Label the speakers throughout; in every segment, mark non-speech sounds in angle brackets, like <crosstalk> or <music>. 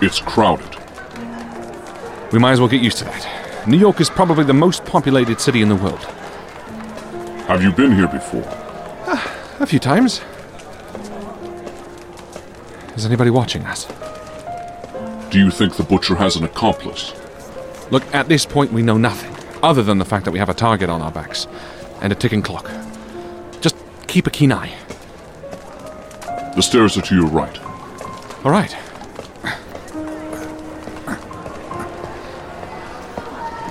Speaker 1: It's crowded. We might as well get used to that. New York is probably the most populated city in the world.
Speaker 2: Have you been here before?
Speaker 1: A few times. Is anybody watching us?
Speaker 2: Do you think the butcher has an accomplice?
Speaker 1: Look, at this point, we know nothing other than the fact that we have a target on our backs and a ticking clock. Just keep a keen eye.
Speaker 2: The stairs are to your right.
Speaker 1: All right.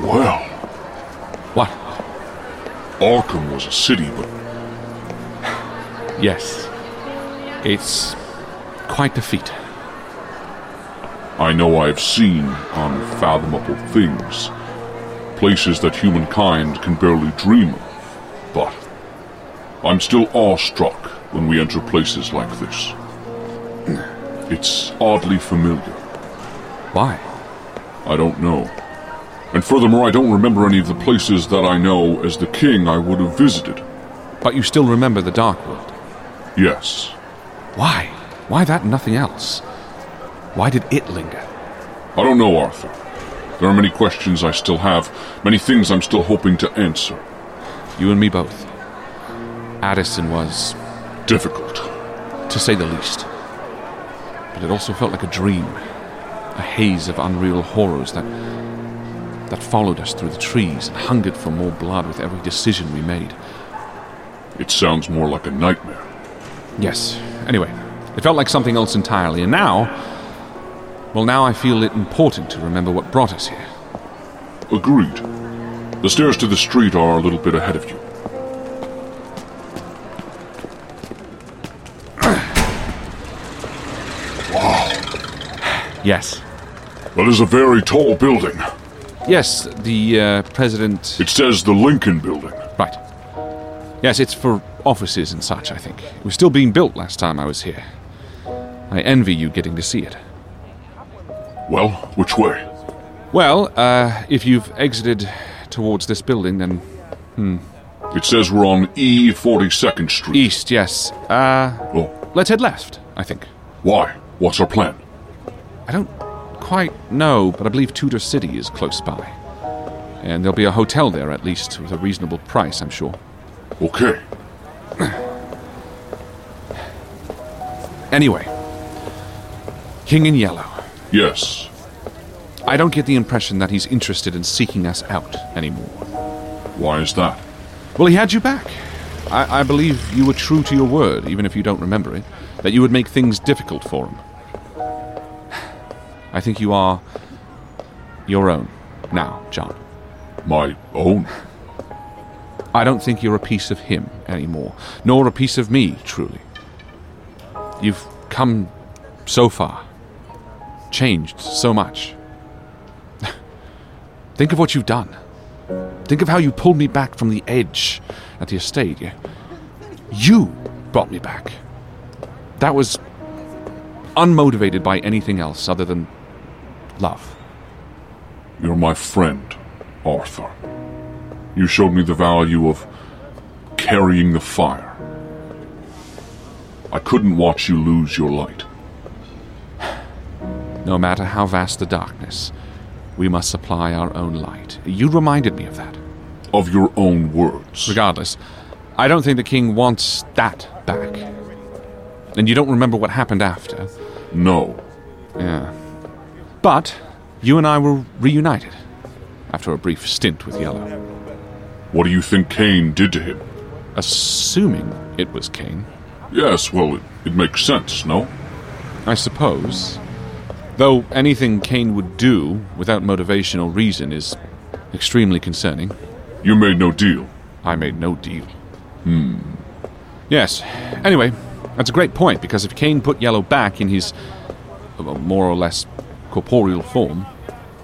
Speaker 2: Well,
Speaker 1: What?
Speaker 2: Arkham was a city, but
Speaker 1: Yes. It's quite a feat.
Speaker 2: I know I have seen unfathomable things places that humankind can barely dream of. But I'm still awestruck when we enter places like this. It's oddly familiar.
Speaker 1: Why?
Speaker 2: I don't know. And furthermore, I don't remember any of the places that I know as the king I would have visited.
Speaker 1: But you still remember the Dark World.
Speaker 2: Yes,
Speaker 1: Why? Why that and nothing else? Why did it linger?
Speaker 2: I don't know, Arthur. There are many questions I still have, many things I'm still hoping to answer.
Speaker 1: You and me both. Addison was,
Speaker 2: Difficult.
Speaker 1: to say the least. But it also felt like a dream. A haze of unreal horrors that that followed us through the trees and hungered for more blood with every decision we made.
Speaker 2: It sounds more like a nightmare.
Speaker 1: Yes. Anyway, it felt like something else entirely, and now well now I feel it important to remember what brought us here.
Speaker 2: Agreed. The stairs to the street are a little bit ahead of you.
Speaker 1: Yes.
Speaker 2: That is a very tall building.
Speaker 1: Yes, the uh, president
Speaker 2: It says the Lincoln Building.
Speaker 1: Right. Yes, it's for offices and such, I think. It was still being built last time I was here. I envy you getting to see it.
Speaker 2: Well, which way?
Speaker 1: Well, uh, if you've exited towards this building, then
Speaker 2: It says we're on E 42nd Street.
Speaker 1: east, yes. Uh,
Speaker 2: Oh,
Speaker 1: let's head left, I think.
Speaker 2: why? What's our plan?
Speaker 1: I don't quite know, but I believe Tudor City is close by. And there'll be a hotel there, at least, with a reasonable price, I'm sure.
Speaker 2: Okay.
Speaker 1: Anyway, King in Yellow.
Speaker 2: Yes.
Speaker 1: I don't get the impression that he's interested in seeking us out anymore.
Speaker 2: Why is that?
Speaker 1: Well, he had you back. I, I believe you were true to your word, even if you don't remember it, that you would make things difficult for him. I think you are your own now, John.
Speaker 2: My own.
Speaker 1: I don't think you're a piece of him anymore, nor a piece of me, truly. You've come so far, changed so much. <laughs> Think of what you've done. Think of how you pulled me back from the edge at the estate. You- You brought me back. That was unmotivated by anything else other than love.
Speaker 2: You're my friend, Arthur. You showed me the value of carrying the fire. I couldn't watch you lose your light.
Speaker 1: No matter how vast the darkness, we must supply our own light. You reminded me of that.
Speaker 2: Of your own words.
Speaker 1: Regardless, I don't think the king wants that back. And you don't remember what happened after.
Speaker 2: No.
Speaker 1: Yeah. But you and I were reunited after a brief stint with Yellow.
Speaker 2: What do you think Cain did to him?
Speaker 1: Assuming it was King,
Speaker 2: Yes, well, it, it makes sense, no?
Speaker 1: I suppose. Though anything Cain would do without motivation or reason is extremely concerning.
Speaker 2: You made no deal.
Speaker 1: I made no deal. Hmm. Yes. Anyway, that's a great point because if Kane put Yellow back in his uh, more or less corporeal form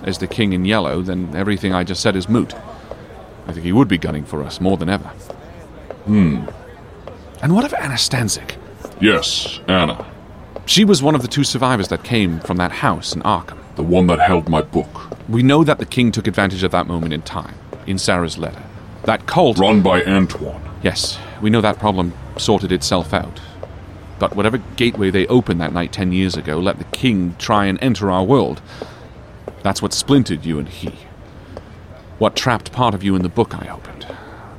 Speaker 1: as the king in yellow, then everything I just said is moot. I think he would be gunning for us more than ever. Hmm. And what of Anna Stanzik?
Speaker 2: Yes, Anna,
Speaker 1: She was one of the two survivors that came from that house in Arkham.
Speaker 2: the one that held my book,
Speaker 1: We know that the king took advantage of that moment in time in Sarah's letter. That cult
Speaker 2: run by Antoine.
Speaker 1: Yes, we know that problem sorted itself out. But whatever gateway they opened that night ten years ago let the king try and enter our world. That's what splintered you and he. What trapped part of you in the book I opened.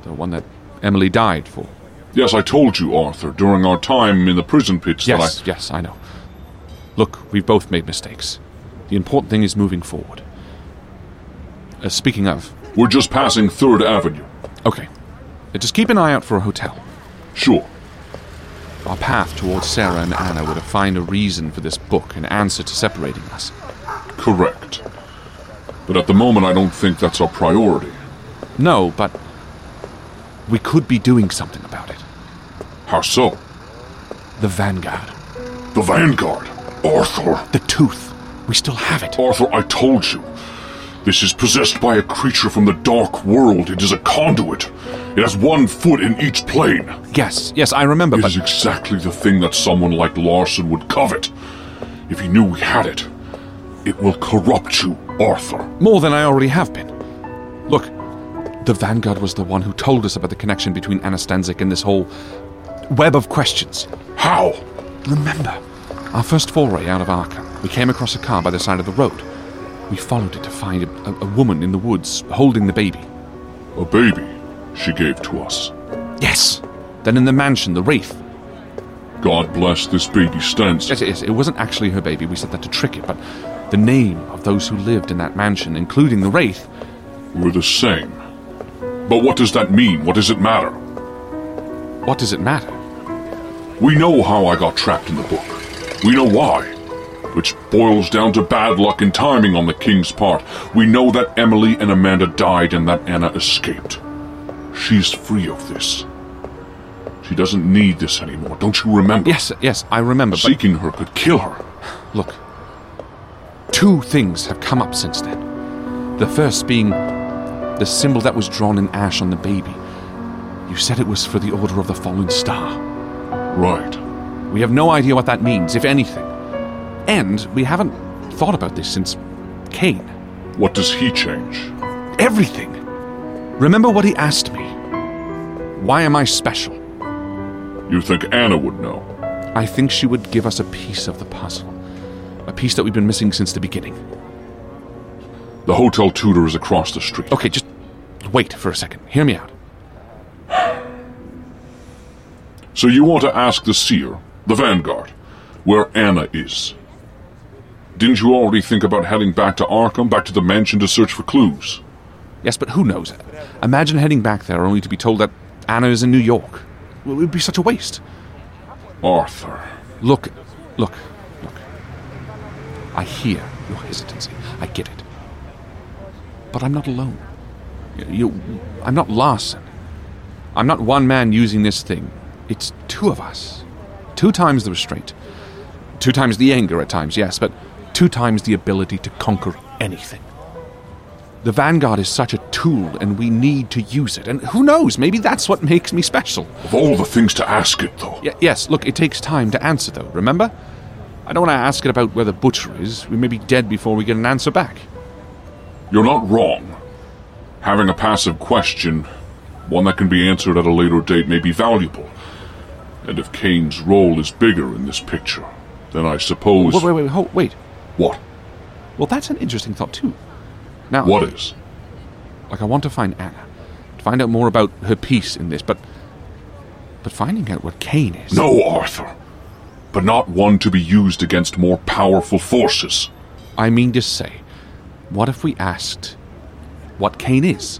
Speaker 1: The one that Emily died for.
Speaker 2: Yes, I told you, Arthur, during our time in the prison pits
Speaker 1: Yes,
Speaker 2: that I.
Speaker 1: yes, I know. Look, we've both made mistakes. The important thing is moving forward. Uh, speaking of,
Speaker 2: We're just passing Third Avenue.
Speaker 1: okay, uh, just keep an eye out for a hotel.
Speaker 2: Sure.
Speaker 1: Our path towards Sarah and Anna were to find a reason for this book, an answer to separating us.
Speaker 2: Correct. But at the moment, I don't think that's our priority.
Speaker 1: No, but we could be doing something about it.
Speaker 2: How so?
Speaker 1: The Vanguard,
Speaker 2: The Vanguard! Arthur!
Speaker 1: the Tooth. We still have it.
Speaker 2: Arthur, I told you. This is possessed by a creature from the dark world. It is a conduit. It has one foot in each plane.
Speaker 1: Yes, yes, I remember,
Speaker 2: It
Speaker 1: but
Speaker 2: is exactly the thing that someone like Larson would covet. If he knew we had it, it will corrupt you, Arthur.
Speaker 1: more than I already have been. Look, the Vanguard was the one who told us about the connection between Anastanzik and this whole web of questions.
Speaker 2: How?
Speaker 1: Remember, our first foray out of Arkham, we came across a car by the side of the road. We followed it to find a, a, a woman in the woods holding the baby.
Speaker 2: A baby she gave to us.
Speaker 1: Yes. Then in the mansion, the wraith.
Speaker 2: God bless this baby stands.
Speaker 1: Yes, it is. It wasn't actually her baby. We said that to trick it, but the name of those who lived in that mansion, including the wraith,
Speaker 2: We're the same. But what does that mean? What does it matter?
Speaker 1: what does it matter?
Speaker 2: We know how I got trapped in the book. We know why. Which boils down to bad luck and timing on the king's part. We know that Emily and Amanda died and that Anna escaped. She's free of this. She doesn't need this anymore, don't you remember?
Speaker 1: Yes, yes, I remember. But
Speaker 2: Seeking her could kill her.
Speaker 1: Look, two things have come up since then. The first being the symbol that was drawn in ash on the baby. You said it was for the Order of the Fallen Star.
Speaker 2: Right.
Speaker 1: We have no idea what that means, if anything. And we haven't thought about this since Cain.
Speaker 2: What does he change?
Speaker 1: Everything. Remember what he asked me. Why am I special?
Speaker 2: You think Anna would know?
Speaker 1: I think she would give us a piece of the puzzle. A piece that we've been missing since the beginning.
Speaker 2: The hotel tutor is across the street.
Speaker 1: Okay, just wait for a second. Hear me out.
Speaker 2: So you want to ask the seer, the vanguard, where Anna is? Didn't you already think about heading back to Arkham, back to the mansion to search for clues?
Speaker 1: Yes, but who knows? Imagine heading back there only to be told that Anna is in New York. Well, It would be such a waste.
Speaker 2: Arthur,
Speaker 1: Look, look, look. I hear your hesitancy. I get it. But I'm not alone. Y- You, I'm not Larson. I'm not one man using this thing. It's two of us. Two times the restraint. Two times the anger at times, yes, but two times the ability to conquer anything. The Vanguard is such a tool, and we need to use it. And who knows, maybe that's what makes me special.
Speaker 2: of all the things to ask it, though,
Speaker 1: Y- yes, look, it takes time to answer, though, remember? I don't want to ask it about where the butcher is. We may be dead before we get an answer back.
Speaker 2: you're not wrong. Having a passive question, one that can be answered at a later date, may be valuable. And if Kane's role is bigger in this picture, then I suppose.
Speaker 1: Wait, wait, wait, hold, wait.
Speaker 2: What?
Speaker 1: Well, that's an interesting thought, too. Now,
Speaker 2: What is?
Speaker 1: Like, I want to find Anna, to find out more about her piece in this, but. But finding out what Cain is.
Speaker 2: No, Arthur. But not one to be used against more powerful forces.
Speaker 1: I mean to say, what if we asked what Cain is?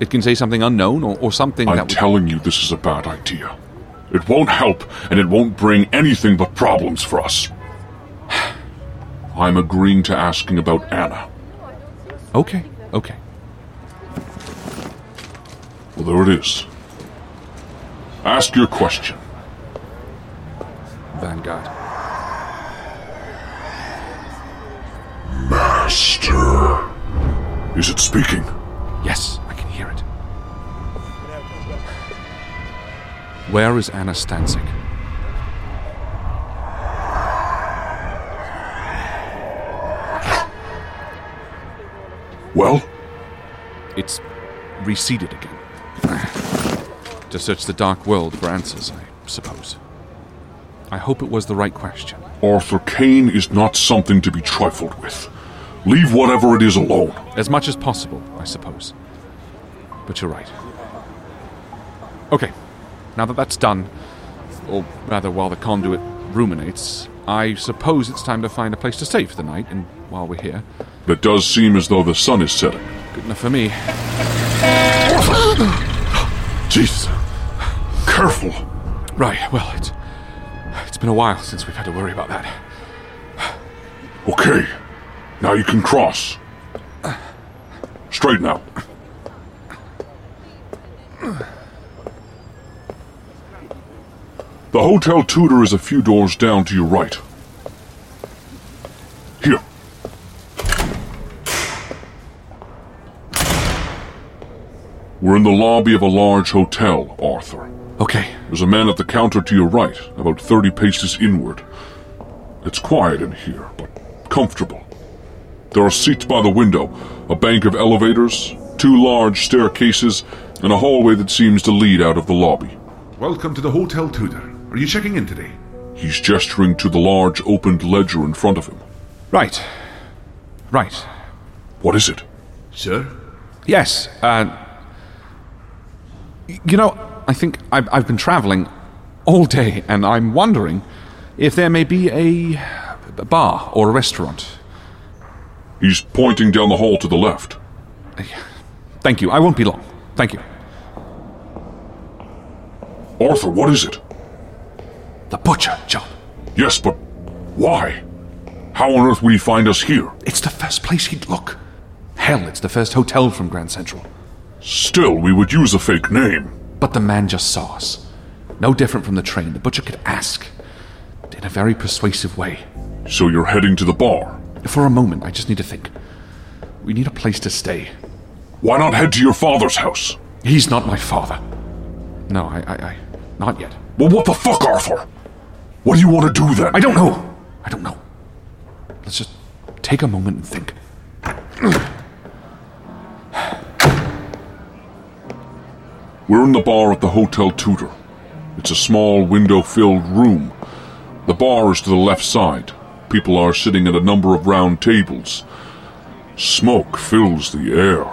Speaker 1: It can say something unknown or, or something
Speaker 2: I'm
Speaker 1: that. would-
Speaker 2: telling you, this is a bad idea. It won't help, and it won't bring anything but problems for us. I'm agreeing to asking about Anna.
Speaker 1: okay, okay.
Speaker 2: Well, there it is. Ask your question.
Speaker 1: Vanguard.
Speaker 2: Master. Is it speaking?
Speaker 1: Yes, I can hear it. Where is Anna Stanzik?
Speaker 2: Well,
Speaker 1: It's receded again. <sighs> to search the dark world for answers, I suppose. I hope it was the right question.
Speaker 2: Arthur Kane is not something to be trifled with. Leave whatever it is alone.
Speaker 1: As much as possible, I suppose. But you're right. Okay, now that that's done, or rather while the conduit ruminates, I suppose it's time to find a place to stay for the night, and while we're here,
Speaker 2: It does seem as though the sun is setting.
Speaker 1: good enough for me.
Speaker 2: Jesus. Careful.
Speaker 1: Right, well, it's, it's been a while since we've had to worry about that.
Speaker 2: Okay. Now you can cross. Straight now. The Hotel Tudor is a few doors down to your right. Here. We're in the lobby of a large hotel, Arthur.
Speaker 1: Okay.
Speaker 2: There's a man at the counter to your right, about 30 paces inward. It's quiet in here, but comfortable. There are seats by the window, a bank of elevators, two large staircases, and a hallway that seems to lead out of the lobby.
Speaker 3: Welcome to the Hotel Tudor. Are you checking in today?
Speaker 2: He's gesturing to the large opened ledger in front of him.
Speaker 1: Right. Right.
Speaker 2: What is it?
Speaker 3: Sir?
Speaker 1: Yes. Uh, y- you know, I think I've, I've been traveling all day and I'm wondering if there may be a a bar or a restaurant.
Speaker 2: He's pointing down the hall to the left.
Speaker 1: Thank you. I won't be long. Thank you.
Speaker 2: Arthur, what is it?
Speaker 1: The butcher, John.
Speaker 2: Yes, but why? How on earth would he find us here?
Speaker 1: It's the first place he'd look. Hell, it's the first hotel from Grand Central.
Speaker 2: Still, we would use a fake name.
Speaker 1: But the man just saw us. No different from the train. The butcher could ask in a very persuasive way.
Speaker 2: So you're heading to the bar.
Speaker 1: For a moment, I just need to think. We need a place to stay.
Speaker 2: Why not head to your father's house?
Speaker 1: He's not my father. No, I, I, I not yet.
Speaker 2: Well, what the fuck, Arthur? What do you want to do then?
Speaker 1: I don't know. I don't know. Let's just take a moment and think.
Speaker 2: We're in the bar at the Hotel Tudor. It's a small, window filled room. The bar is to the left side. People are sitting at a number of round tables. Smoke fills the air.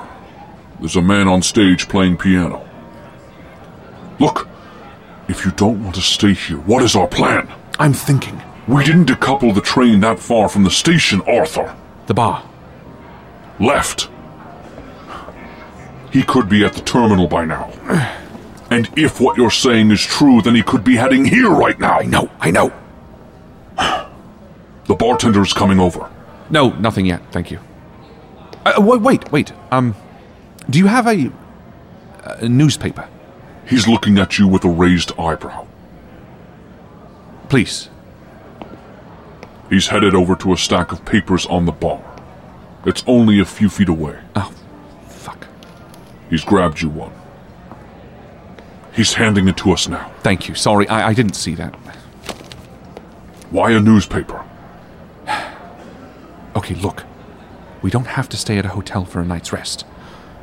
Speaker 2: There's a man on stage playing piano. Look, if you don't want to stay here, what is our plan?
Speaker 1: I'm thinking.
Speaker 2: We didn't decouple the train that far from the station, Arthur.
Speaker 1: The bar.
Speaker 2: Left. He could be at the terminal by now. And if what you're saying is true, then he could be heading here right now.
Speaker 1: I know. I know.
Speaker 2: The bartender is coming over.
Speaker 1: No, nothing yet. Thank you. Uh, wait, wait, wait. Um, do you have a, a newspaper?
Speaker 2: He's looking at you with a raised eyebrow.
Speaker 1: Please.
Speaker 2: He's headed over to a stack of papers on the bar. It's only a few feet away.
Speaker 1: Oh, fuck.
Speaker 2: He's grabbed you one. He's handing it to us now.
Speaker 1: Thank you. Sorry, I, I didn't see that.
Speaker 2: Why a newspaper?
Speaker 1: Okay, look. We don't have to stay at a hotel for a night's rest.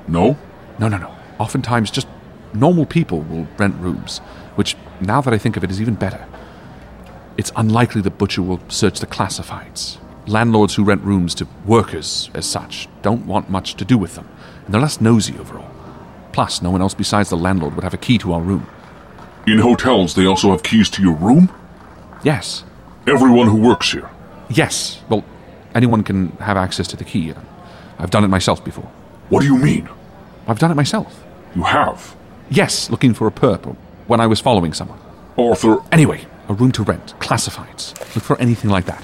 Speaker 2: No?
Speaker 1: No, no, no. Oftentimes, just normal people will rent rooms, which, now that I think of it, is even better. It's unlikely the butcher will search the classifieds. Landlords who rent rooms to workers, as such, don't want much to do with them, and they're less nosy overall. Plus, no one else besides the landlord would have a key to our room.
Speaker 2: In hotels, they also have keys to your room?
Speaker 1: Yes.
Speaker 2: Everyone who works here.
Speaker 1: Yes. Well, anyone can have access to the key. I've done it myself before.
Speaker 2: What do you mean?
Speaker 1: I've done it myself.
Speaker 2: You have.
Speaker 1: Yes, looking for a purple when I was following someone.
Speaker 2: Arthur,
Speaker 1: Anyway, a room to rent, classifieds. Look for anything like that.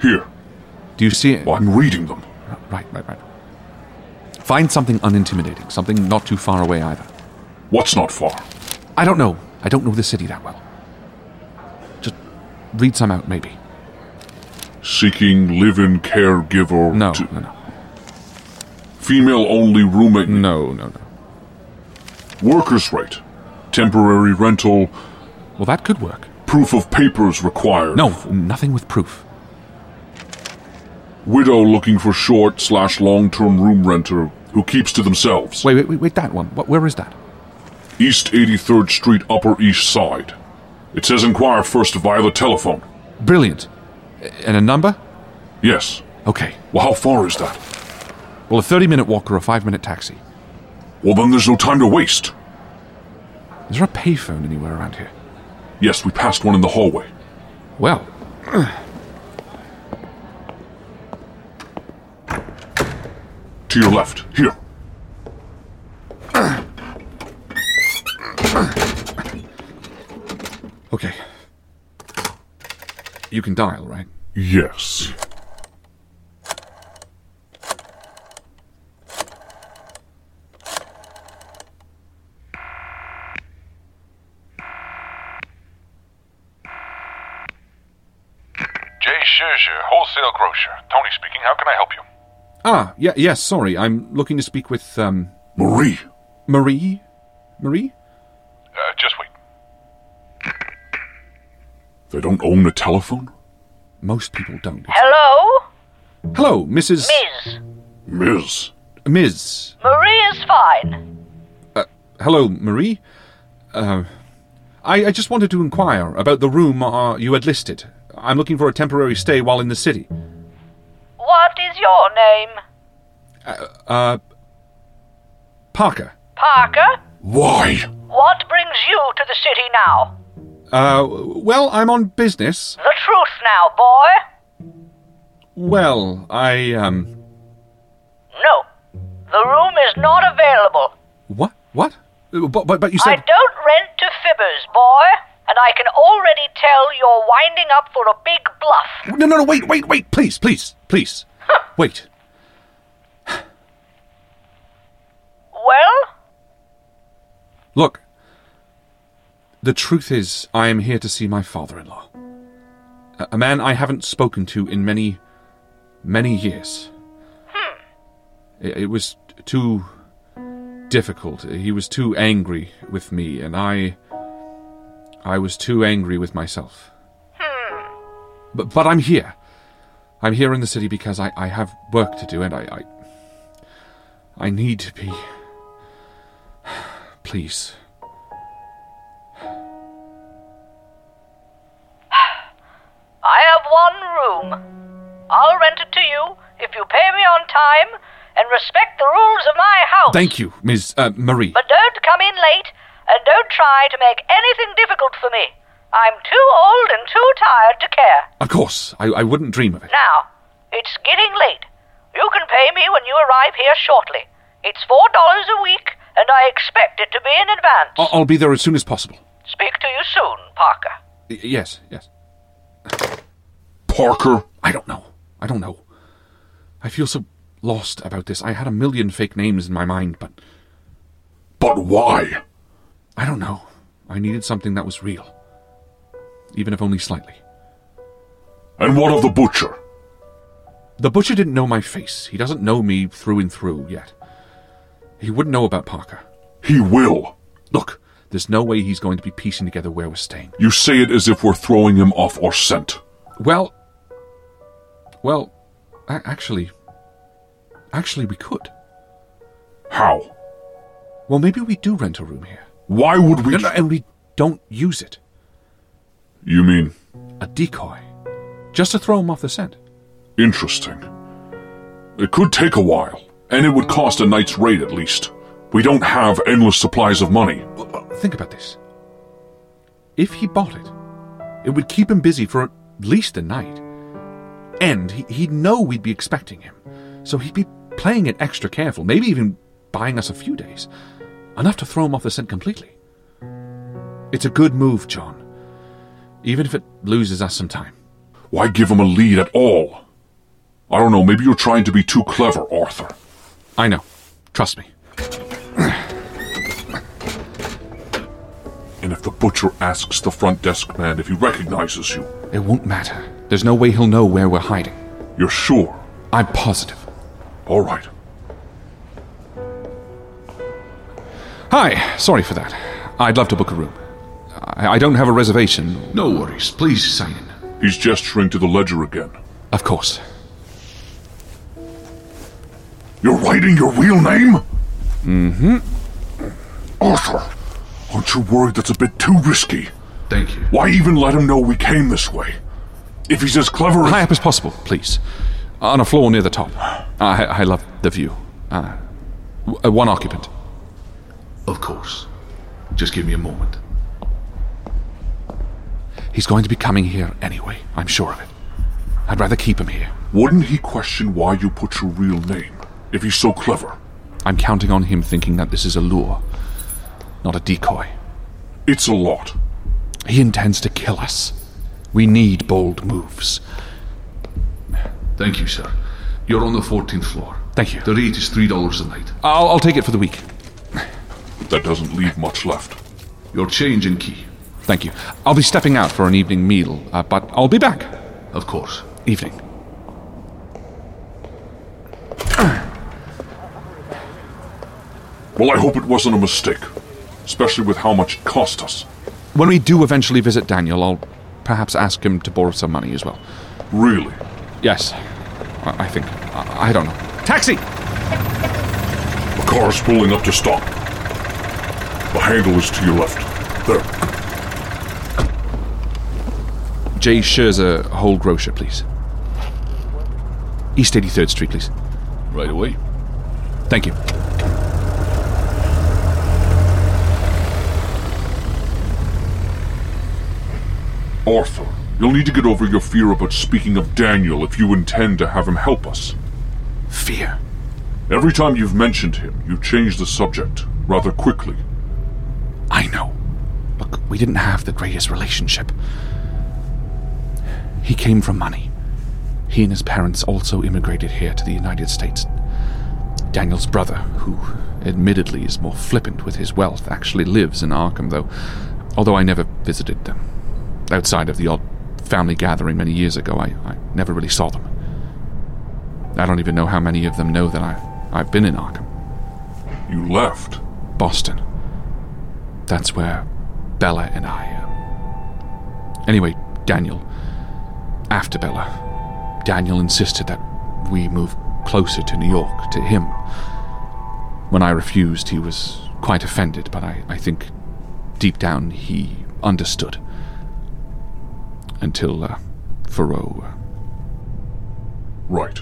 Speaker 2: here.
Speaker 1: Do you see it?
Speaker 2: I'm reading them.
Speaker 1: Right, right, right. Find something unintimidating, something not too far away either.
Speaker 2: What's not far?
Speaker 1: I don't know. I don't know the city that well. Just read some out, maybe.
Speaker 2: Seeking live in caregiver.
Speaker 1: No,
Speaker 2: to-
Speaker 1: no, no.
Speaker 2: Female only roommate.
Speaker 1: No, no, no.
Speaker 2: Workers' rate. Temporary rental.
Speaker 1: Well, that could work.
Speaker 2: Proof of papers required.
Speaker 1: No, nothing with proof.
Speaker 2: Widow looking for short slash long term room renter who keeps to themselves.
Speaker 1: Wait, wait, wait, wait, that one. What, where is that?
Speaker 2: East 83rd Street, Upper East Side. It says inquire first via the telephone.
Speaker 1: Brilliant. And a number?
Speaker 2: Yes.
Speaker 1: Okay.
Speaker 2: Well, how far is that?
Speaker 1: Well, a 30 minute walk or a 5 minute taxi.
Speaker 2: Well, then there's no time to waste.
Speaker 1: Is there a payphone anywhere around here?
Speaker 2: Yes, we passed one in the hallway.
Speaker 1: Well,
Speaker 2: To your left. Here.
Speaker 1: okay. You can dial, right?
Speaker 2: Yes.
Speaker 4: Jay Scherzer, wholesale grocer. Tony speaking. How can I help you?
Speaker 1: Ah, yeah, yes, sorry. I'm looking to speak with, um,
Speaker 2: Marie!
Speaker 1: Marie? Marie?
Speaker 5: Uh, just wait.
Speaker 2: They don't own a telephone?
Speaker 1: Most people don't.
Speaker 6: Hello?
Speaker 1: Hello, Mrs.
Speaker 6: Miss.
Speaker 2: Miss,
Speaker 1: Ms.
Speaker 6: Marie is fine.
Speaker 1: Hello, Marie. Uh, I, I just wanted to inquire about the room uh, you had listed. I'm looking for a temporary stay while in the city.
Speaker 6: What is your name?
Speaker 1: Uh, uh, Parker.
Speaker 6: Parker?
Speaker 2: why?
Speaker 6: What brings you to the city now?
Speaker 1: Uh, well, I'm on business.
Speaker 6: The truth now, boy.
Speaker 1: Well, I, um.
Speaker 6: No. The room is not available.
Speaker 1: What? What? Uh, But, but, but you
Speaker 6: I
Speaker 1: said.
Speaker 6: don't rent to fibbers, boy. And I can already tell you're winding up for a big bluff.
Speaker 1: No, no, no, wait, wait, wait, please, please, please. Wait.
Speaker 6: Well?
Speaker 1: Look. The truth is, I am here to see my father in law. A man I haven't spoken to in many, many years. I- It, was too difficult. He was too angry with me, and I. I was too angry with myself. But, but I'm here. I'm here in the city because I, I have work to do, and I. I, I need to be. Please.
Speaker 6: I have one room. I'll rent it to you if you pay me on time and respect the rules of my house.
Speaker 1: Thank you, Ms. Uh, Marie.
Speaker 6: Oh. But don't come in late and don't try to make anything difficult for me. I'm too old and too tired to care.
Speaker 1: Of course, I, I wouldn't dream of it.
Speaker 6: Now, it's getting late. You can pay me when you arrive here shortly. It's four dollars a week, and I expect it to be in advance.
Speaker 1: I- I'll be there as soon as possible.
Speaker 6: Speak to you soon, Parker.
Speaker 1: Y- yes, yes.
Speaker 2: Parker?
Speaker 1: I don't know. I don't know. I feel so lost about this. I had a million fake names in my mind, but
Speaker 2: But why?
Speaker 1: I don't know. I needed something that was real. Even if only slightly.
Speaker 2: And what of the butcher?
Speaker 1: The butcher didn't know my face. He doesn't know me through and through yet. He wouldn't know about Parker.
Speaker 2: He will.
Speaker 1: Look, there's no way he's going to be piecing together where we're staying.
Speaker 2: You say it as if we're throwing him off our scent.
Speaker 1: Well, well, a- actually, actually, we could.
Speaker 2: How?
Speaker 1: Well, maybe we do rent a room here,
Speaker 2: Why would we.
Speaker 1: and, and we don't use it.
Speaker 2: You mean,
Speaker 1: A decoy, just to throw him off the scent.
Speaker 2: interesting. It could take a while, and it would cost a night's rate at least. We don't have endless supplies of money.
Speaker 1: W- w- Think about this. If he bought it, it would keep him busy for at least a night, and he, he'd know we'd be expecting him, so he'd be playing it extra careful. Maybe even buying us a few days, enough to throw him off the scent completely. It's a good move, John. Even if it loses us some time.
Speaker 2: Why give him a lead at all? I don't know, maybe you're trying to be too clever, Arthur.
Speaker 1: I know. Trust me.
Speaker 2: And if the butcher asks the front desk man if he recognizes you,
Speaker 1: It won't matter. There's no way he'll know where we're hiding.
Speaker 2: you're sure.
Speaker 1: I'm positive.
Speaker 2: All right.
Speaker 1: Hi, sorry for that. I'd love to book a room. I, I don't have a reservation.
Speaker 7: No worries. Please sign in.
Speaker 2: He's gesturing to the ledger again.
Speaker 1: Of course.
Speaker 2: You're writing your real name? Mm hmm. Arthur, aren't you worried that's a bit too risky?
Speaker 7: Thank you.
Speaker 2: Why even let him know we came this way? If he's as clever as.
Speaker 1: High up as possible, please. On a floor near the top. I, I love the view. Uh, w- one occupant.
Speaker 7: Of course. Just give me a moment.
Speaker 1: He's going to be coming here anyway. I'm sure of it. I'd rather keep him here.
Speaker 2: Wouldn't he question why you put your real name if he's so clever?
Speaker 1: I'm counting on him thinking that this is a lure, not a decoy.
Speaker 2: It's a lot.
Speaker 1: He intends to kill us. We need bold moves.
Speaker 7: Thank you, sir. You're on the 14th floor.
Speaker 1: Thank you.
Speaker 7: The rate is $3 a night.
Speaker 1: I'll, I'll take it for the week.
Speaker 2: That doesn't leave much left.
Speaker 7: Your change and key.
Speaker 1: Thank you. I'll be stepping out for an evening meal, uh, but I'll be back.
Speaker 7: Of course.
Speaker 1: Evening.
Speaker 2: Well, I hope it wasn't a mistake, especially with how much it cost us.
Speaker 1: When we do eventually visit Daniel, I'll perhaps ask him to borrow some money as well.
Speaker 2: Really?
Speaker 1: Yes. I, I think. I, I don't know. Taxi!
Speaker 2: The car is pulling up to stop. The handle is to your left. There.
Speaker 1: J. Scherzer, whole grocer, please. East 83rd Street, please.
Speaker 3: Right away.
Speaker 1: Thank you.
Speaker 2: Arthur, you'll need to get over your fear about speaking of Daniel if you intend to have him help us.
Speaker 1: Fear.
Speaker 2: Every time you've mentioned him, you change the subject rather quickly.
Speaker 1: I know. Look, we didn't have the greatest relationship. He came from money. He and his parents also immigrated here to the United States. Daniel's brother, who admittedly is more flippant with his wealth, actually lives in Arkham, though, although I never visited them. Outside of the odd family gathering many years ago, I, I never really saw them. I don't even know how many of them know that I, I've been in Arkham.
Speaker 2: You left.
Speaker 1: Boston. That's where Bella and I. Uh... Anyway, Daniel after Bella. Daniel insisted that we move closer to New York, to him. When I refused, he was quite offended, but I, I think deep down he understood. Until uh, Thoreau. uh,
Speaker 2: Right.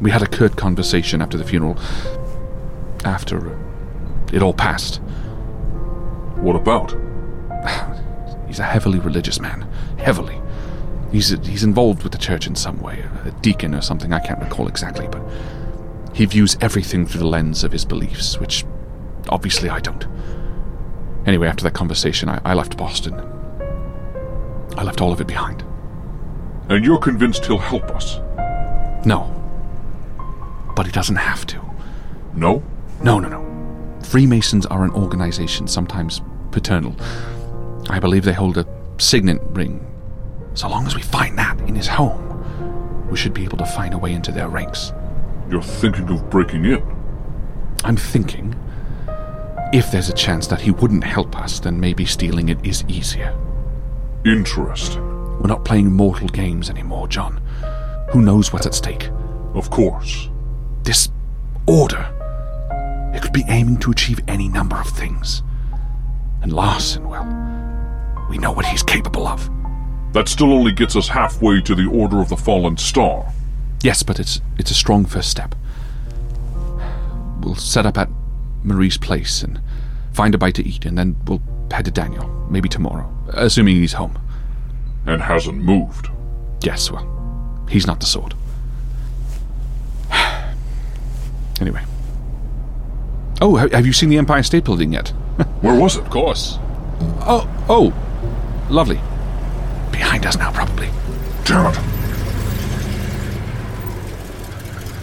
Speaker 1: We had a curt conversation after the funeral. After uh, it all passed.
Speaker 2: What about?
Speaker 1: He's a heavily religious man. Heavily. He's, he's involved with the church in some way, a deacon or something, I can't recall exactly, but he views everything through the lens of his beliefs, which obviously I don't. Anyway, after that conversation, I, I left Boston. I left all of it behind.
Speaker 2: And you're convinced he'll help us?
Speaker 1: No. But he doesn't have to.
Speaker 2: No?
Speaker 1: No, no, no. Freemasons are an organization, sometimes paternal. I believe they hold a signet ring. So long as we find that in his home, we should be able to find a way into their ranks.
Speaker 2: You're thinking of breaking in.
Speaker 1: I'm thinking if there's a chance that he wouldn't help us, then maybe stealing it is easier.
Speaker 2: Interesting.
Speaker 1: We're not playing mortal games anymore, John. Who knows what's at stake?
Speaker 2: Of course.
Speaker 1: This order. It could be aiming to achieve any number of things. And Larson, well, we know what he's capable of.
Speaker 2: That still only gets us halfway to the Order of the Fallen Star.
Speaker 1: Yes, but it's it's a strong first step. We'll set up at Marie's place and find a bite to eat, and then we'll head to Daniel, maybe tomorrow, assuming he's home.
Speaker 2: And hasn't moved.
Speaker 1: Yes, well, he's not the sort. <sighs> anyway. Oh, ha- have you seen the Empire State Building yet?
Speaker 2: Where was it?
Speaker 1: Of course. Oh, oh, lovely. Behind us now, probably.
Speaker 2: Damn it.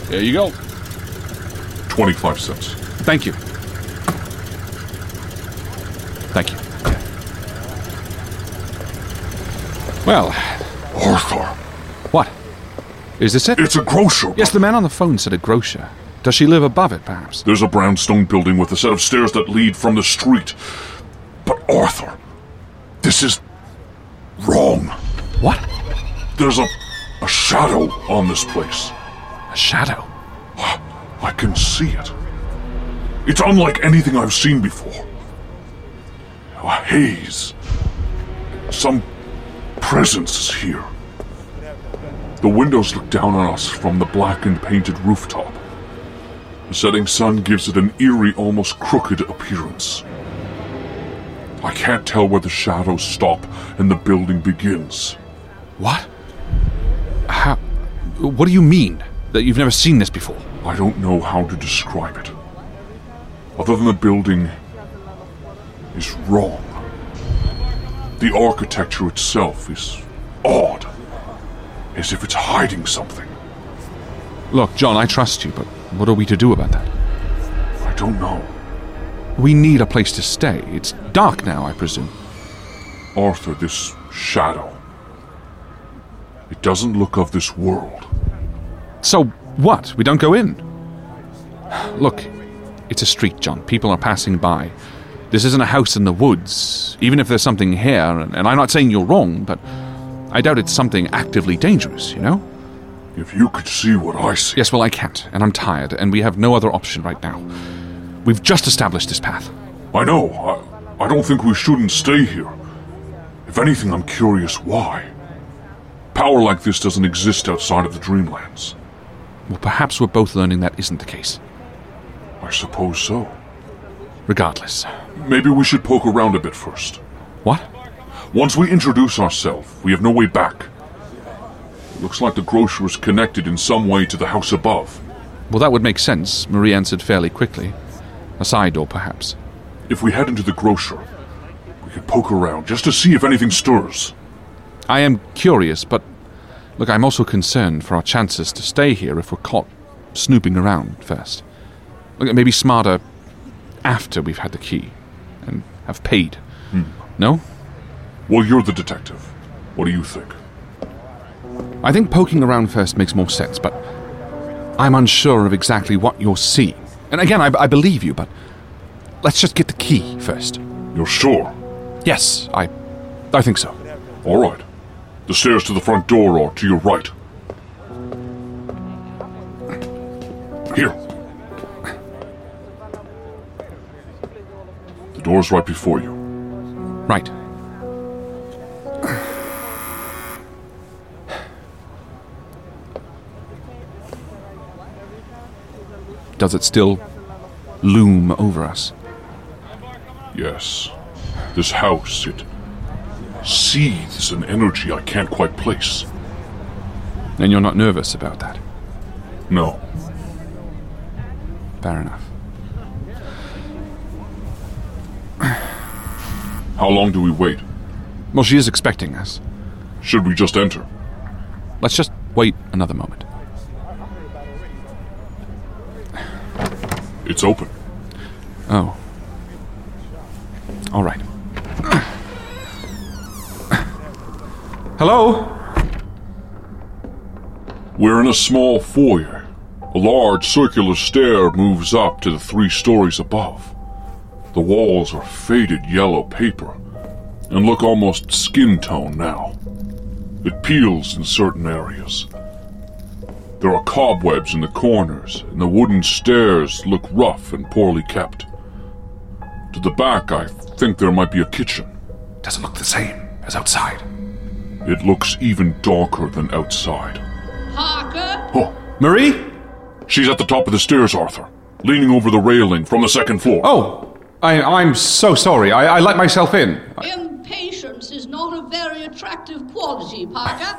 Speaker 1: There you go.
Speaker 2: 25 cents.
Speaker 1: Thank you. Thank you. Well,
Speaker 2: Arthur,
Speaker 1: what? Is this it?
Speaker 2: it's a grocer.
Speaker 1: Yes, the man on the phone said a grocer. Does she live above it, perhaps?
Speaker 2: There's a brownstone building with a set of stairs that lead from the street. But Arthur, this is wrong.
Speaker 1: What?
Speaker 2: There's a, a shadow on this place.
Speaker 1: A shadow?
Speaker 2: I can see it. It's unlike anything I've seen before. A haze. Some presence is here. The windows look down on us from the black and painted rooftop. The setting sun gives it an eerie, almost crooked appearance. I can't tell where the shadows stop and the building begins.
Speaker 1: What? How? What do you mean that you've never seen this before?
Speaker 2: I don't know how to describe it. Other than the building is wrong. The architecture itself is odd, as if it's hiding something.
Speaker 1: Look, John, I trust you, but what are we to do about that?
Speaker 2: I don't know.
Speaker 1: We need a place to stay. It's dark now, I presume.
Speaker 2: Arthur, this shadow. It doesn't look of this world.
Speaker 1: So what? We don't go in. Look, It's a street, John. People are passing by. This isn't a house in the woods, even if there's something here, and, and I'm not saying you're wrong, but I doubt it's something actively dangerous, you know?
Speaker 2: If you could see what I see.
Speaker 1: Yes, well, I can't, and I'm tired, and we have no other option right now. We've just established this path.
Speaker 2: I know. I, I don't think we shouldn't stay here. If anything, I'm curious why. Power like this doesn't exist outside of the Dreamlands.
Speaker 1: Well, perhaps we're both learning that isn't the case.
Speaker 2: I suppose so.
Speaker 1: Regardless.
Speaker 2: Maybe we should poke around a bit first.
Speaker 1: What?
Speaker 2: Once we introduce ourselves, we have no way back. Looks like the grocer is connected in some way to the house above.
Speaker 1: Well, that would make sense, Marie answered fairly quickly. A side door, perhaps.
Speaker 2: If we head into the grocer, we could poke around just to see if anything stirs.
Speaker 1: I am curious, but look, I'm also concerned for our chances to stay here if we're caught snooping around first. Look, it may be smarter after we've had the key and have paid. No?
Speaker 2: Well, you're the detective. What do you think?
Speaker 1: I think poking around first makes more sense, but I'm unsure of exactly what you're seeing. And again, I, I believe you, but let's just get the key first.
Speaker 2: You're sure?
Speaker 1: Yes, I, I think so.
Speaker 2: All right. The stairs to the front door are to your right. Here. The door's right before you.
Speaker 1: Right. Does it still loom over us?
Speaker 2: Yes. This house, it seethes an energy I can't quite place.
Speaker 1: And you're not nervous about that?
Speaker 2: No.
Speaker 1: Fair enough.
Speaker 2: How long do we wait?
Speaker 1: Well, she is expecting us.
Speaker 2: Should we just enter?
Speaker 1: Let's just wait another moment.
Speaker 2: It's open.
Speaker 1: Oh. All right. Hello?
Speaker 2: We're in a small foyer. A large circular stair moves up to the three stories above. The walls are faded yellow paper and look almost skin tone now. It peels in certain areas. There are cobwebs in the corners, and the wooden stairs look rough and poorly kept. To the back, I think there might be a kitchen.
Speaker 1: Doesn't look the same as outside.
Speaker 2: It looks even darker than outside.
Speaker 6: Parker?
Speaker 2: Oh,
Speaker 1: Marie?
Speaker 2: she's at the top of the stairs, Arthur, leaning over the railing from the second floor.
Speaker 1: Oh, I, I'm so sorry. I, I let myself in.
Speaker 6: Impatience is not a very attractive quality, Parker.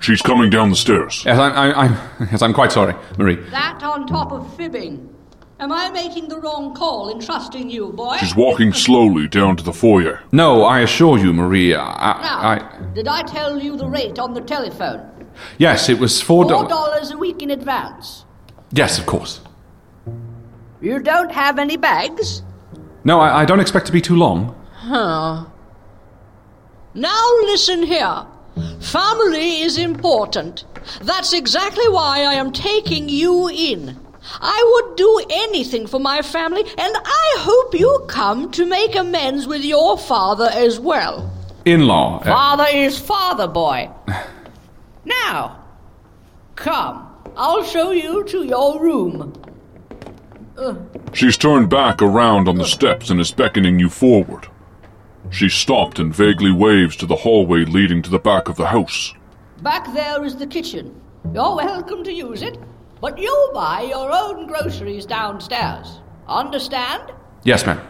Speaker 2: She's coming down the stairs.
Speaker 1: Yes, I'm, I'm, <laughs> I'm, yes, I'm quite sorry, Marie.
Speaker 6: That on top of fibbing. Am I making the wrong call in trusting you, boy?
Speaker 2: She's walking slowly down to the foyer.
Speaker 1: No, I assure you, Marie, I.
Speaker 6: Now,
Speaker 1: I
Speaker 6: did I tell you the rate on the telephone?
Speaker 1: yes, it was four
Speaker 6: Four
Speaker 1: dollars.
Speaker 6: dollars a week in advance.
Speaker 1: Yes, of course.
Speaker 6: You don't have any bags?
Speaker 1: No, I, I don't expect to be too long.
Speaker 6: Huh. Now listen here. Family is important. That's exactly why I am taking you in. I would do anything for my family, and I hope you come to make amends with your father as well.
Speaker 1: In law.
Speaker 6: Father is father, boy. now, come. I'll show you to your room.
Speaker 2: She's turned back around on the steps and is beckoning you forward. She stopped and vaguely waves to the hallway leading to the back of the house.
Speaker 6: Back there is the kitchen. You're welcome to use it, but you buy your own groceries downstairs. Understand?
Speaker 1: yes, ma'am.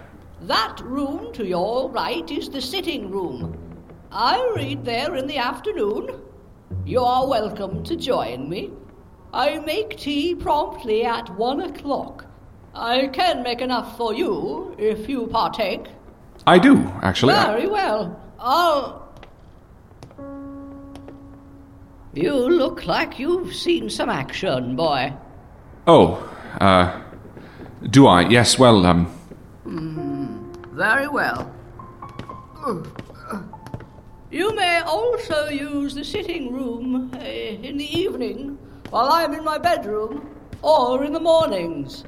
Speaker 6: That room to your right is the sitting room. I read there in the afternoon. You're welcome to join me. I make tea promptly at one o'clock. I can make enough for you if you partake.
Speaker 1: I do, actually. I-
Speaker 6: Very well. I'll. You look like you've seen some action, boy.
Speaker 1: oh, uh. Do I? Yes, well, um.
Speaker 6: Very well. You may also use the sitting room uh, in the evening while I'm in my bedroom or in the mornings.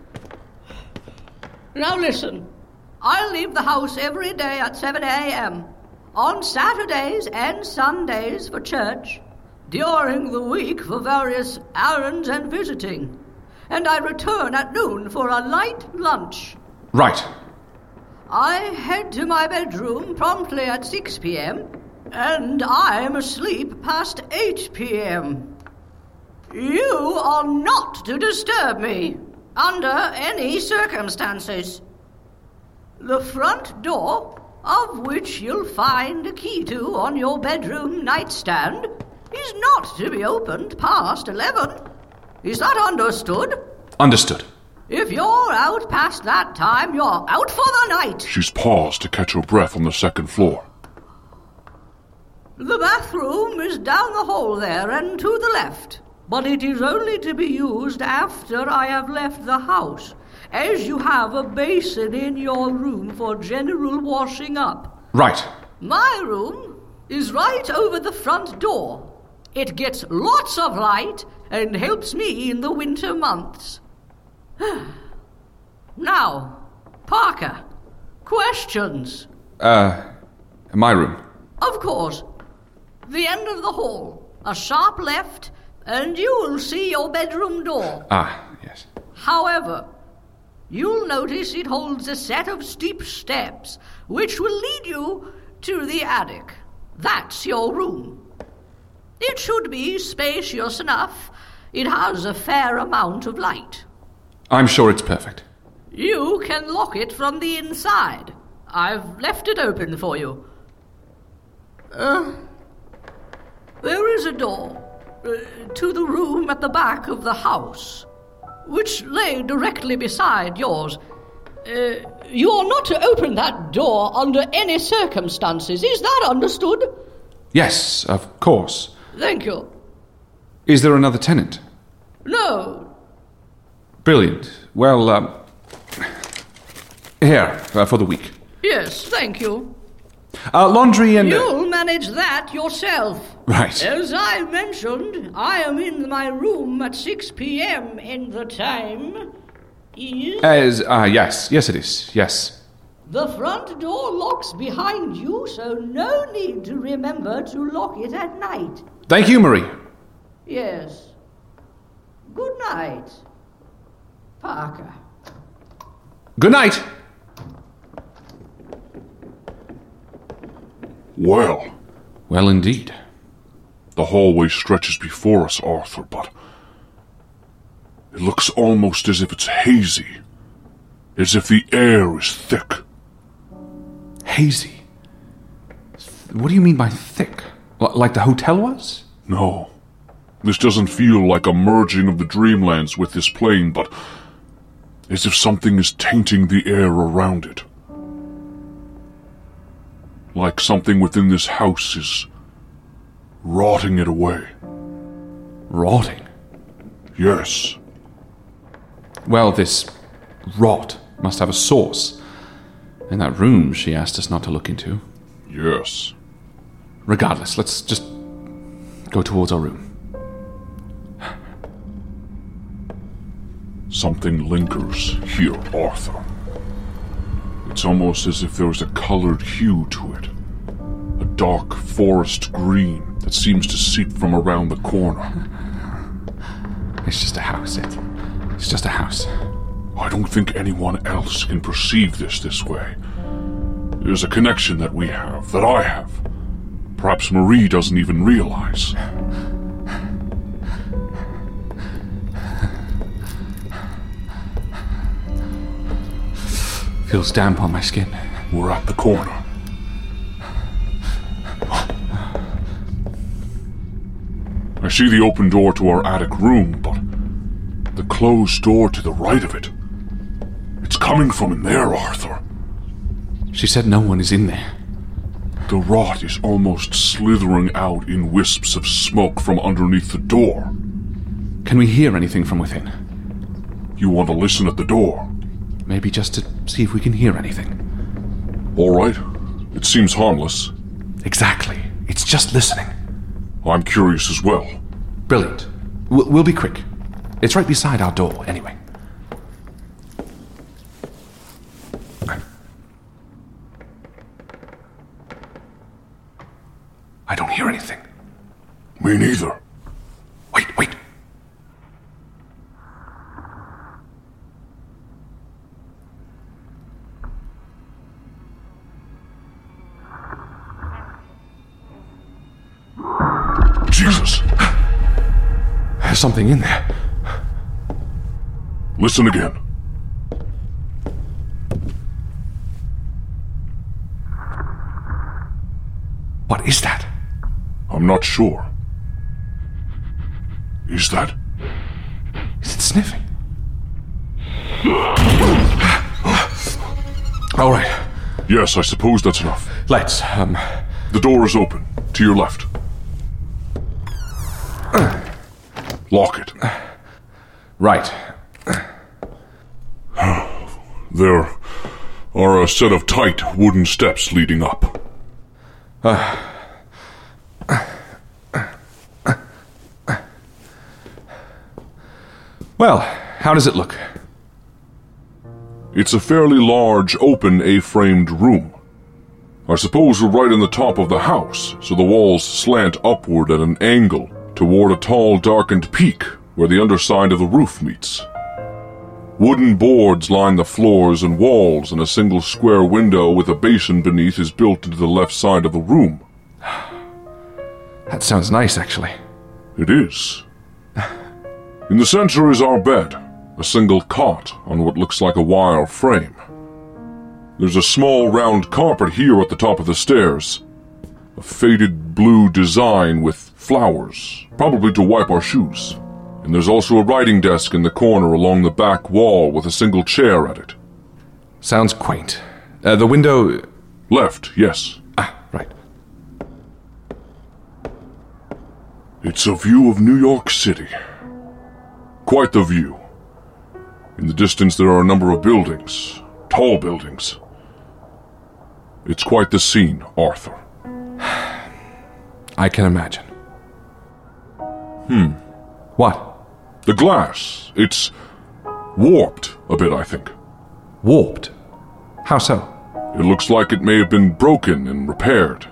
Speaker 6: Now listen. I'll leave the house every day at 7 a.m. on Saturdays and Sundays for church, during the week for various errands and visiting, and I return at noon for a light lunch.
Speaker 1: Right.
Speaker 6: I head to my bedroom promptly at 6 p.m., and I'm asleep past 8 p.m. You are not to disturb me under any circumstances. The front door, of which you'll find a key to on your bedroom nightstand, is not to be opened past 11. Is that understood?
Speaker 1: Understood.
Speaker 6: If you're out past that time, you're out for the night.
Speaker 2: She's paused to catch her breath on the second floor.
Speaker 6: The bathroom is down the hall there and to the left, but it is only to be used after I have left the house, as you have a basin in your room for general washing up.
Speaker 1: Right.
Speaker 6: My room is right over the front door. It gets lots of light and helps me in the winter months. <sighs> now, Parker, questions?
Speaker 1: Uh, my room.
Speaker 6: Of course. The end of the hall, a sharp left, and you'll see your bedroom door.
Speaker 1: Ah, yes.
Speaker 6: However, you'll notice it holds a set of steep steps which will lead you to the attic. That's your room. It should be spacious enough. It has a fair amount of light.
Speaker 1: I'm sure it's perfect.
Speaker 6: You can lock it from the inside. I've left it open for you. Uh, there is a door uh, to the room at the back of the house, which lay directly beside yours. Uh, you are not to open that door under any circumstances. Is that understood?
Speaker 1: Yes, of course.
Speaker 6: Thank you.
Speaker 1: Is there another tenant?
Speaker 6: No.
Speaker 1: Brilliant. Well, um, here, uh, for the week.
Speaker 6: Yes, thank you.
Speaker 1: Uh, laundry and.
Speaker 6: You'll manage that yourself.
Speaker 1: Right.
Speaker 6: As I mentioned, I am in my room at 6 p.m. and the time is.
Speaker 1: As, uh, yes, yes, it is. Yes.
Speaker 6: The front door locks behind you, so no need to remember to lock it at night.
Speaker 1: Thank you, Marie.
Speaker 6: Yes. Good night, Parker.
Speaker 1: Good night.
Speaker 2: Well.
Speaker 1: Well, indeed.
Speaker 2: The hallway stretches before us, Arthur, but it looks almost as if it's hazy, as if the air is thick.
Speaker 1: Hazy? What do you mean by thick? L- like the hotel was?
Speaker 2: No. This doesn't feel like a merging of the dreamlands with this plane, but as if something is tainting the air around it like something within this house is rotting it away.
Speaker 1: Rotting?
Speaker 2: Yes.
Speaker 1: Well, this rot must have a source. In that room she asked us not to look into.
Speaker 2: Yes.
Speaker 1: Regardless, let's just go towards our room.
Speaker 2: Something lingers here, Arthur. It's almost as if there was a colored hue to it. A dark forest green that seems to seep from around the corner.
Speaker 1: It's just a house, it. It's just a house.
Speaker 2: I don't think anyone else can perceive this this way. There's a connection that we have, that I have. Perhaps Marie doesn't even realize.
Speaker 1: feels damp on my skin.
Speaker 2: We're at the corner. I see the open door to our attic room, but the closed door to the right of it. It's coming from in there, Arthur.
Speaker 1: She said no one is in there.
Speaker 2: The rot is almost slithering out in wisps of smoke from underneath the door.
Speaker 1: Can we hear anything from within?
Speaker 2: You want to listen at the door?
Speaker 1: Maybe just to see if we can hear anything.
Speaker 2: All right. It seems harmless.
Speaker 1: Exactly. It's just listening.
Speaker 2: I'm curious as well.
Speaker 1: Brilliant. We'll, we'll be quick. It's right beside our door, anyway.
Speaker 2: Me neither.
Speaker 8: Wait, wait.
Speaker 2: Jesus!
Speaker 1: There's something in there.
Speaker 2: Listen again.
Speaker 1: What is that?
Speaker 2: I'm not sure. Is that?
Speaker 1: Is it sniffing?
Speaker 2: All right. Yes, I suppose that's enough.
Speaker 1: Let's, um.
Speaker 2: The door is open. To your left. Lock it.
Speaker 1: Right.
Speaker 2: There are a set of tight wooden steps leading up.
Speaker 1: Uh, Well, how does it look?
Speaker 2: It's a fairly large, open, A framed room. I suppose we're right in the top of the house, so the walls slant upward at an angle toward a tall, darkened peak where the underside of the roof meets. Wooden boards line the floors and walls, and a single square window with a basin beneath is built into the left side of the room.
Speaker 1: That sounds nice, actually.
Speaker 2: It is. In the center is our bed, a single cot on what looks like a wire frame. There's a small round carpet here at the top of the stairs, a faded blue design with flowers, probably to wipe our shoes. And there's also a writing desk in the corner along the back wall with a single chair at it.
Speaker 1: Sounds quaint. Uh, the window.
Speaker 2: Left, yes.
Speaker 1: Ah, right.
Speaker 2: It's a view of New York City. Quite the view. In the distance, there are a number of buildings, tall buildings. It's quite the scene, Arthur.
Speaker 1: I can imagine.
Speaker 2: Hmm.
Speaker 1: What?
Speaker 2: The glass. It's warped a bit, I think.
Speaker 1: Warped? How so?
Speaker 2: It looks like it may have been broken and repaired.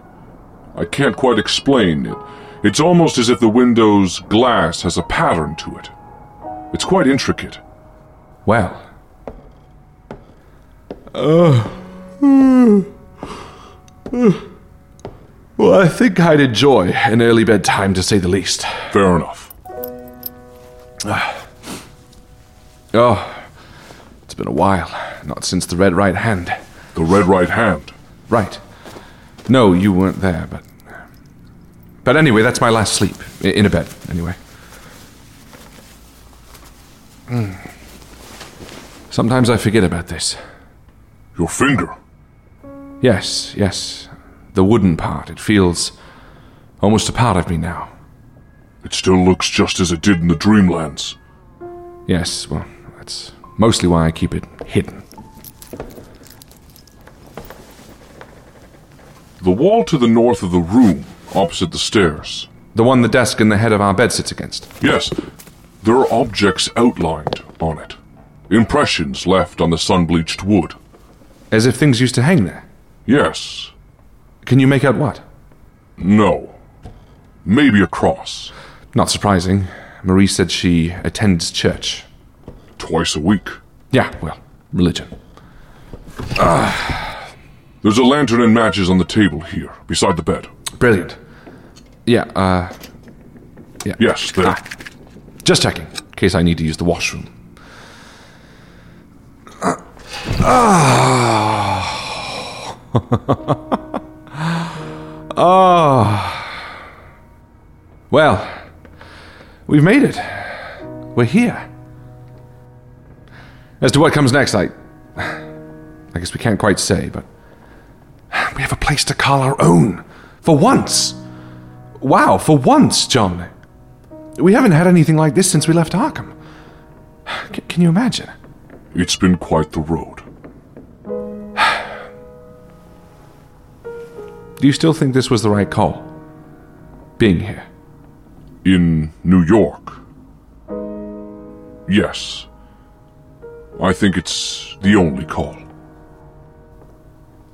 Speaker 2: I can't quite explain it. It's almost as if the window's glass has a pattern to it. It's quite intricate.
Speaker 1: Well. Uh, well, I think I'd enjoy an early bedtime to say the least.
Speaker 2: Fair enough.
Speaker 1: Ah. oh, it's been a while. Not since the Red Right Hand.
Speaker 2: The Red Right Hand?
Speaker 1: Right. No, you weren't there, but. But anyway, that's my last sleep. In a bed, anyway. Hmm. Sometimes I forget about this.
Speaker 2: Your finger?
Speaker 1: Yes, yes. The wooden part. It feels almost a part of me now.
Speaker 2: It still looks just as it did in the Dreamlands.
Speaker 1: Yes, well, that's mostly why I keep it hidden.
Speaker 2: The wall to the north of the room, opposite the stairs.
Speaker 1: The one the desk and the head of our bed sits against.
Speaker 2: Yes, there are objects outlined on it, impressions left on the sun bleached wood.
Speaker 1: As if things used to hang there?
Speaker 2: Yes.
Speaker 1: Can you make out what?
Speaker 2: No. Maybe a cross.
Speaker 1: Not surprising. Marie said she attends church.
Speaker 2: Twice a week.
Speaker 1: Yeah, well, religion.
Speaker 2: Ah. There's a lantern and matches on the table here, beside the bed.
Speaker 1: Brilliant. Yeah, uh. Yeah.
Speaker 2: Yes, there. Ah.
Speaker 1: Just checking, in case I need to use the washroom. Uh, <laughs> oh. oh. Well, we've made it. We're here. As to what comes next, I. I guess we can't quite say, but. We have a place to call our own. For once! Wow, for once, John. We haven't had anything like this since we left Arkham. C- can you imagine?
Speaker 2: It's been quite the road.
Speaker 1: Do you still think this was the right call? Being here?
Speaker 2: In New York? Yes. I think it's the only call.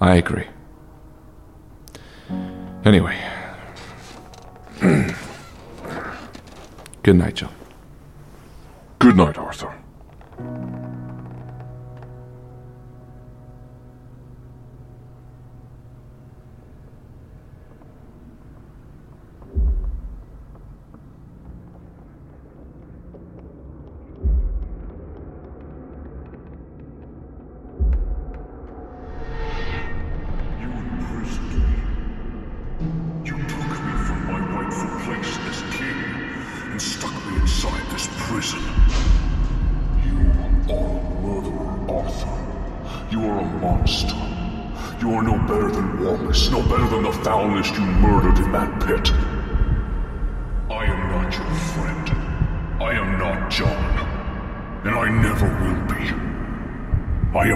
Speaker 1: I agree. Anyway. <clears throat> Good night, John.
Speaker 2: Good night, Arthur.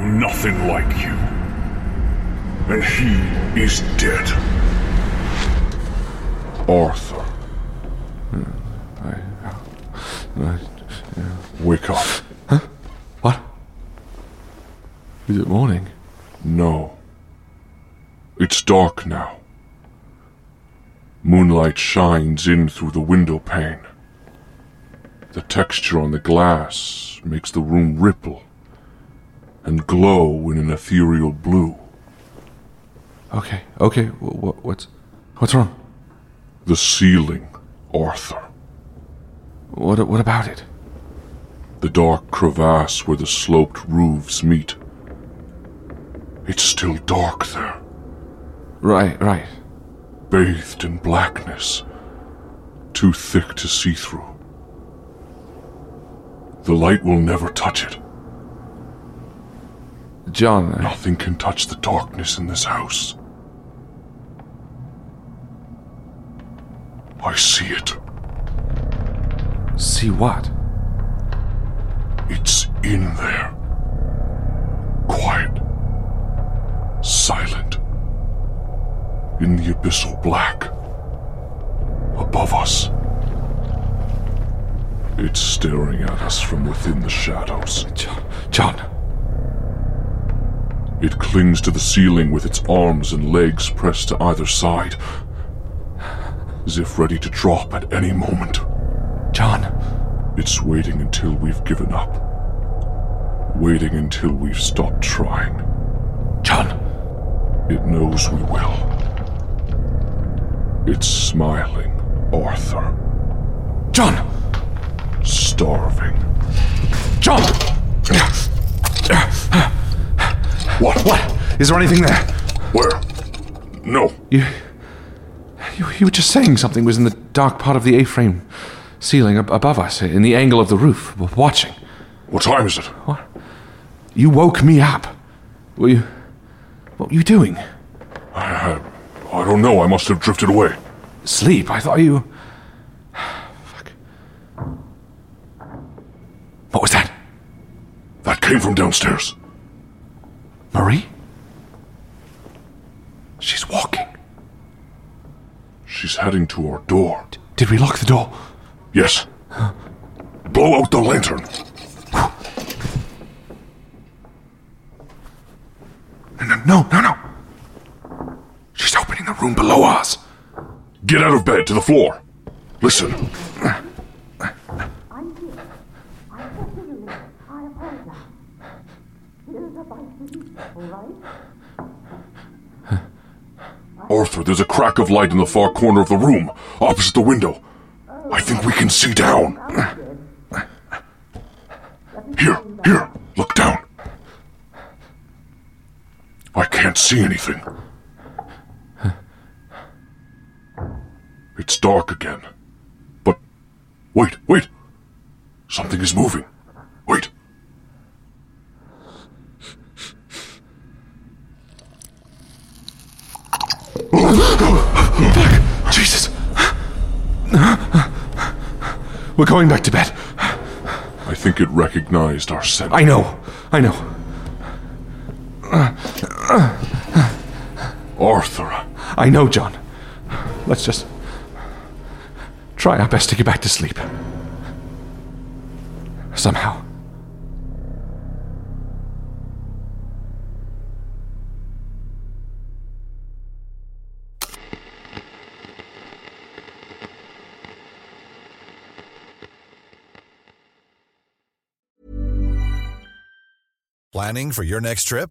Speaker 2: nothing like you. And he is dead. Arthur.
Speaker 1: I, uh, I, yeah.
Speaker 2: Wake up.
Speaker 1: Huh? What? Is it morning?
Speaker 2: No. It's dark now. Moonlight shines in through the window pane. The texture on the glass makes the room ripple and glow in an ethereal blue.
Speaker 1: Okay, okay, what, what's, what's wrong?
Speaker 2: The ceiling, Arthur.
Speaker 1: What, what about it?
Speaker 2: The dark crevasse where the sloped roofs meet. It's still dark there.
Speaker 1: Right, right.
Speaker 2: Bathed in blackness, too thick to see through. The light will never touch it.
Speaker 1: John. I...
Speaker 2: Nothing can touch the darkness in this house. I see it.
Speaker 1: See what?
Speaker 2: It's in there. Quiet. Silent. In the abyssal black. Above us. It's staring at us from within the shadows.
Speaker 1: John. John.
Speaker 2: It clings to the ceiling with its arms and legs pressed to either side, as if ready to drop at any moment.
Speaker 1: John.
Speaker 2: It's waiting until we've given up. Waiting until we've stopped trying.
Speaker 1: John.
Speaker 2: It knows we will. It's smiling, Arthur.
Speaker 1: John!
Speaker 2: Starving.
Speaker 1: John!
Speaker 2: What?
Speaker 1: What? Is there anything there?
Speaker 2: Where? No.
Speaker 1: You, you. You, were just saying something was in the dark part of the A frame ceiling ab- above us, in the angle of the roof, watching.
Speaker 2: What time is it?
Speaker 1: What? You woke me up. Were you. What were you doing?
Speaker 2: I, I, I don't know. I must have drifted away.
Speaker 1: Sleep? I thought you. <sighs> Fuck. What was that?
Speaker 2: That came from downstairs.
Speaker 1: Marie? She's walking.
Speaker 2: She's heading to our door. D-
Speaker 1: did we lock the door?
Speaker 2: Yes. Huh? Blow out the lantern.
Speaker 1: no, no, no, no. She's opening the room below us.
Speaker 2: Get out of bed to the floor. Listen. Arthur, there's a crack of light in the far corner of the room, opposite the window. I think we can see down. Here, here, look down. I can't see anything. It's dark again. But wait, wait. Something is moving. Wait.
Speaker 1: Fuck! Jesus! <gasps> We're going back to bed.
Speaker 2: I think it recognized our scent.
Speaker 1: I know. I know.
Speaker 2: Arthur.
Speaker 1: I know, John. Let's just try our best to get back to sleep. Somehow.
Speaker 9: Planning for your next trip?